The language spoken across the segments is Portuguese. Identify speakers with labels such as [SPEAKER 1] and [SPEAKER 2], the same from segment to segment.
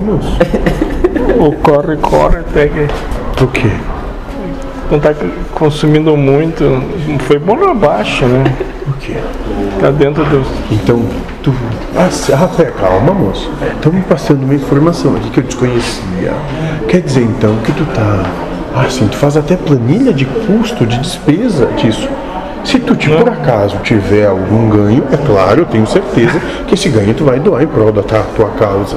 [SPEAKER 1] ônibus. Ou corre, corre, pega.
[SPEAKER 2] Do quê?
[SPEAKER 1] Não tá consumindo muito. Foi bom na baixa, né?
[SPEAKER 2] Do quê?
[SPEAKER 1] Tá dentro do.
[SPEAKER 2] Então, tu. Ah, se- Ah, pera, calma, moço. Estão me passando uma informação aqui que eu desconhecia. Quer dizer, então, que tu tá. Ah, sim, tu faz até planilha de custo, de despesa disso. Se tu, te, por acaso, tiver algum ganho, é claro, eu tenho certeza que esse ganho tu vai doar em prol da ta- tua causa.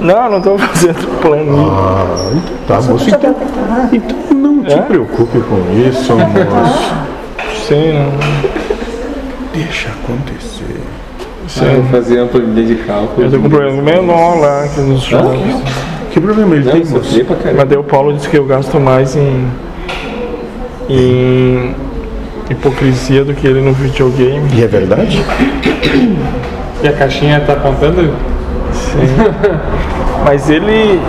[SPEAKER 1] Não, não tô fazendo planinho.
[SPEAKER 2] Ah, então tá, moço. Então, então não te
[SPEAKER 1] É?
[SPEAKER 2] preocupe com isso, moço.
[SPEAKER 1] Sim, né? não.
[SPEAKER 2] Deixa acontecer.
[SPEAKER 3] Eu
[SPEAKER 1] Sim.
[SPEAKER 3] fazia uma planilha de cálculo. né?
[SPEAKER 1] Eu tô com um problema menor lá que nos jogos.
[SPEAKER 2] Que problema ele
[SPEAKER 3] Não,
[SPEAKER 2] tem,
[SPEAKER 3] eu
[SPEAKER 2] moço?
[SPEAKER 3] sofria pra caramba.
[SPEAKER 1] Mas daí o Paulo disse que eu gasto mais em. em. hipocrisia do que ele no videogame.
[SPEAKER 2] E é verdade?
[SPEAKER 3] E a caixinha tá apontando?
[SPEAKER 1] Mas ele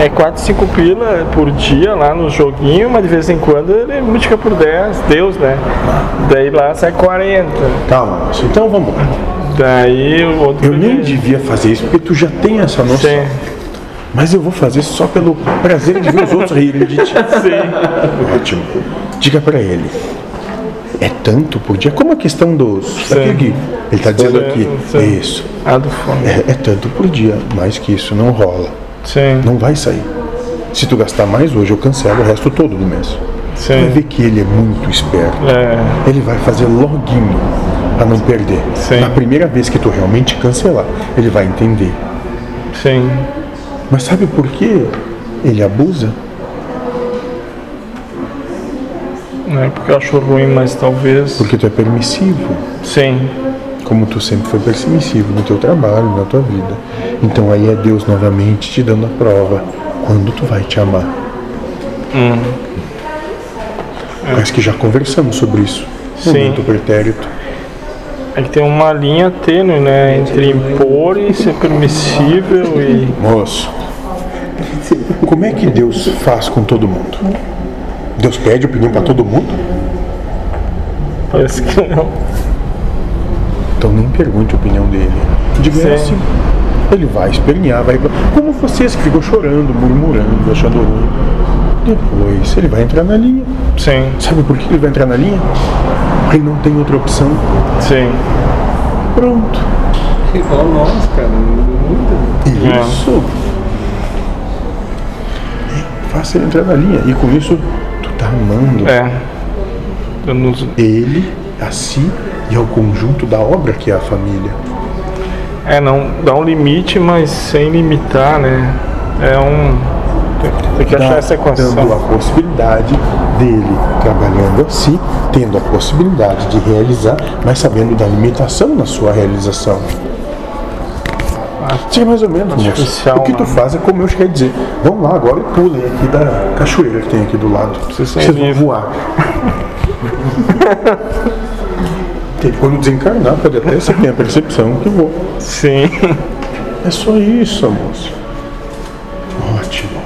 [SPEAKER 1] é 4, 5 pila por dia lá no joguinho, mas de vez em quando ele multiplica por 10, Deus, né? Daí lá sai 40.
[SPEAKER 2] Tá, moço. Então vamos lá.
[SPEAKER 1] Daí o outro.
[SPEAKER 2] Eu nem devia fazer isso, porque tu já tem essa noção.
[SPEAKER 1] Uhum. Sim,
[SPEAKER 2] Mas eu vou fazer só pelo prazer de ver os outros rirem de ti.
[SPEAKER 1] sim.
[SPEAKER 2] Ótimo. Diga pra ele. É tanto por dia? Como a questão dos. Daquele que ele tá dizendo aqui.
[SPEAKER 1] Sim.
[SPEAKER 2] Isso.
[SPEAKER 1] Ah, do fome.
[SPEAKER 2] É, é tanto por dia. Mais que isso não rola.
[SPEAKER 1] Sim,
[SPEAKER 2] Não vai sair. Se tu gastar mais hoje, eu cancelo o resto todo do mês. Vai
[SPEAKER 1] sim.
[SPEAKER 2] ver que ele é muito esperto.
[SPEAKER 1] É,
[SPEAKER 2] ele vai fazer loguinho pra não perder.
[SPEAKER 1] Sim.
[SPEAKER 2] Na primeira vez que tu realmente cancelar, ele vai entender.
[SPEAKER 1] sim.
[SPEAKER 2] Mas sabe por que ele abusa?
[SPEAKER 1] Não é porque eu acho ruim, mas talvez.
[SPEAKER 2] Porque tu é permissivo,
[SPEAKER 1] Sim,
[SPEAKER 2] como tu sempre foi permissivo no teu trabalho, na tua vida. Então aí é Deus novamente te dando a prova quando tu vai te amar. Acho que já conversamos sobre isso.
[SPEAKER 1] Sim.
[SPEAKER 2] Momento pretérito.
[SPEAKER 1] É que tem uma linha tênue, né? Entre impor e ser permissível e.
[SPEAKER 2] Moço, como é que Deus faz com todo mundo? Deus pede opinião pra todo mundo?
[SPEAKER 1] Parece que não.
[SPEAKER 2] Então nem pergunte a opinião dele. Diga
[SPEAKER 1] Sim.
[SPEAKER 2] é assim. Ele vai espernear, vai. Como vocês que ficam chorando, murmurando, achando ruim. Depois ele vai entrar na linha.
[SPEAKER 1] Sim,
[SPEAKER 2] Sabe por que ele vai entrar na linha? Porque não tem outra opção.
[SPEAKER 1] sim.
[SPEAKER 2] Pronto.
[SPEAKER 3] Igual nós, cara. Muito.
[SPEAKER 1] É.
[SPEAKER 2] Isso. É, Faça ele entrar na linha. E com isso, tu tá amando
[SPEAKER 1] É. Eu não-
[SPEAKER 2] ele, a si e ao conjunto da obra que é a família.
[SPEAKER 1] É, não dá um limite, mas sem limitar, né? É um. Tem, tem que achar
[SPEAKER 2] Dá-
[SPEAKER 1] essa
[SPEAKER 2] Dando a
[SPEAKER 1] equação.
[SPEAKER 2] possibilidade dele trabalhando assim, tendo a possibilidade de realizar, mas sabendo da limitação na sua realização.
[SPEAKER 1] é
[SPEAKER 2] Sim, mais ou menos. moço.
[SPEAKER 1] artificial,
[SPEAKER 2] O que tu
[SPEAKER 1] né?
[SPEAKER 2] faz é como eu cheguei a dizer. Vamos lá agora e pulem aqui da cachoeira que tem aqui do lado.
[SPEAKER 1] Vocês são
[SPEAKER 2] vão
[SPEAKER 1] vivos.
[SPEAKER 2] voar. Tem que quando desencarnar, pode até você ter a percepção que vou.
[SPEAKER 1] Sim.
[SPEAKER 2] É só isso, moço. Ótimo.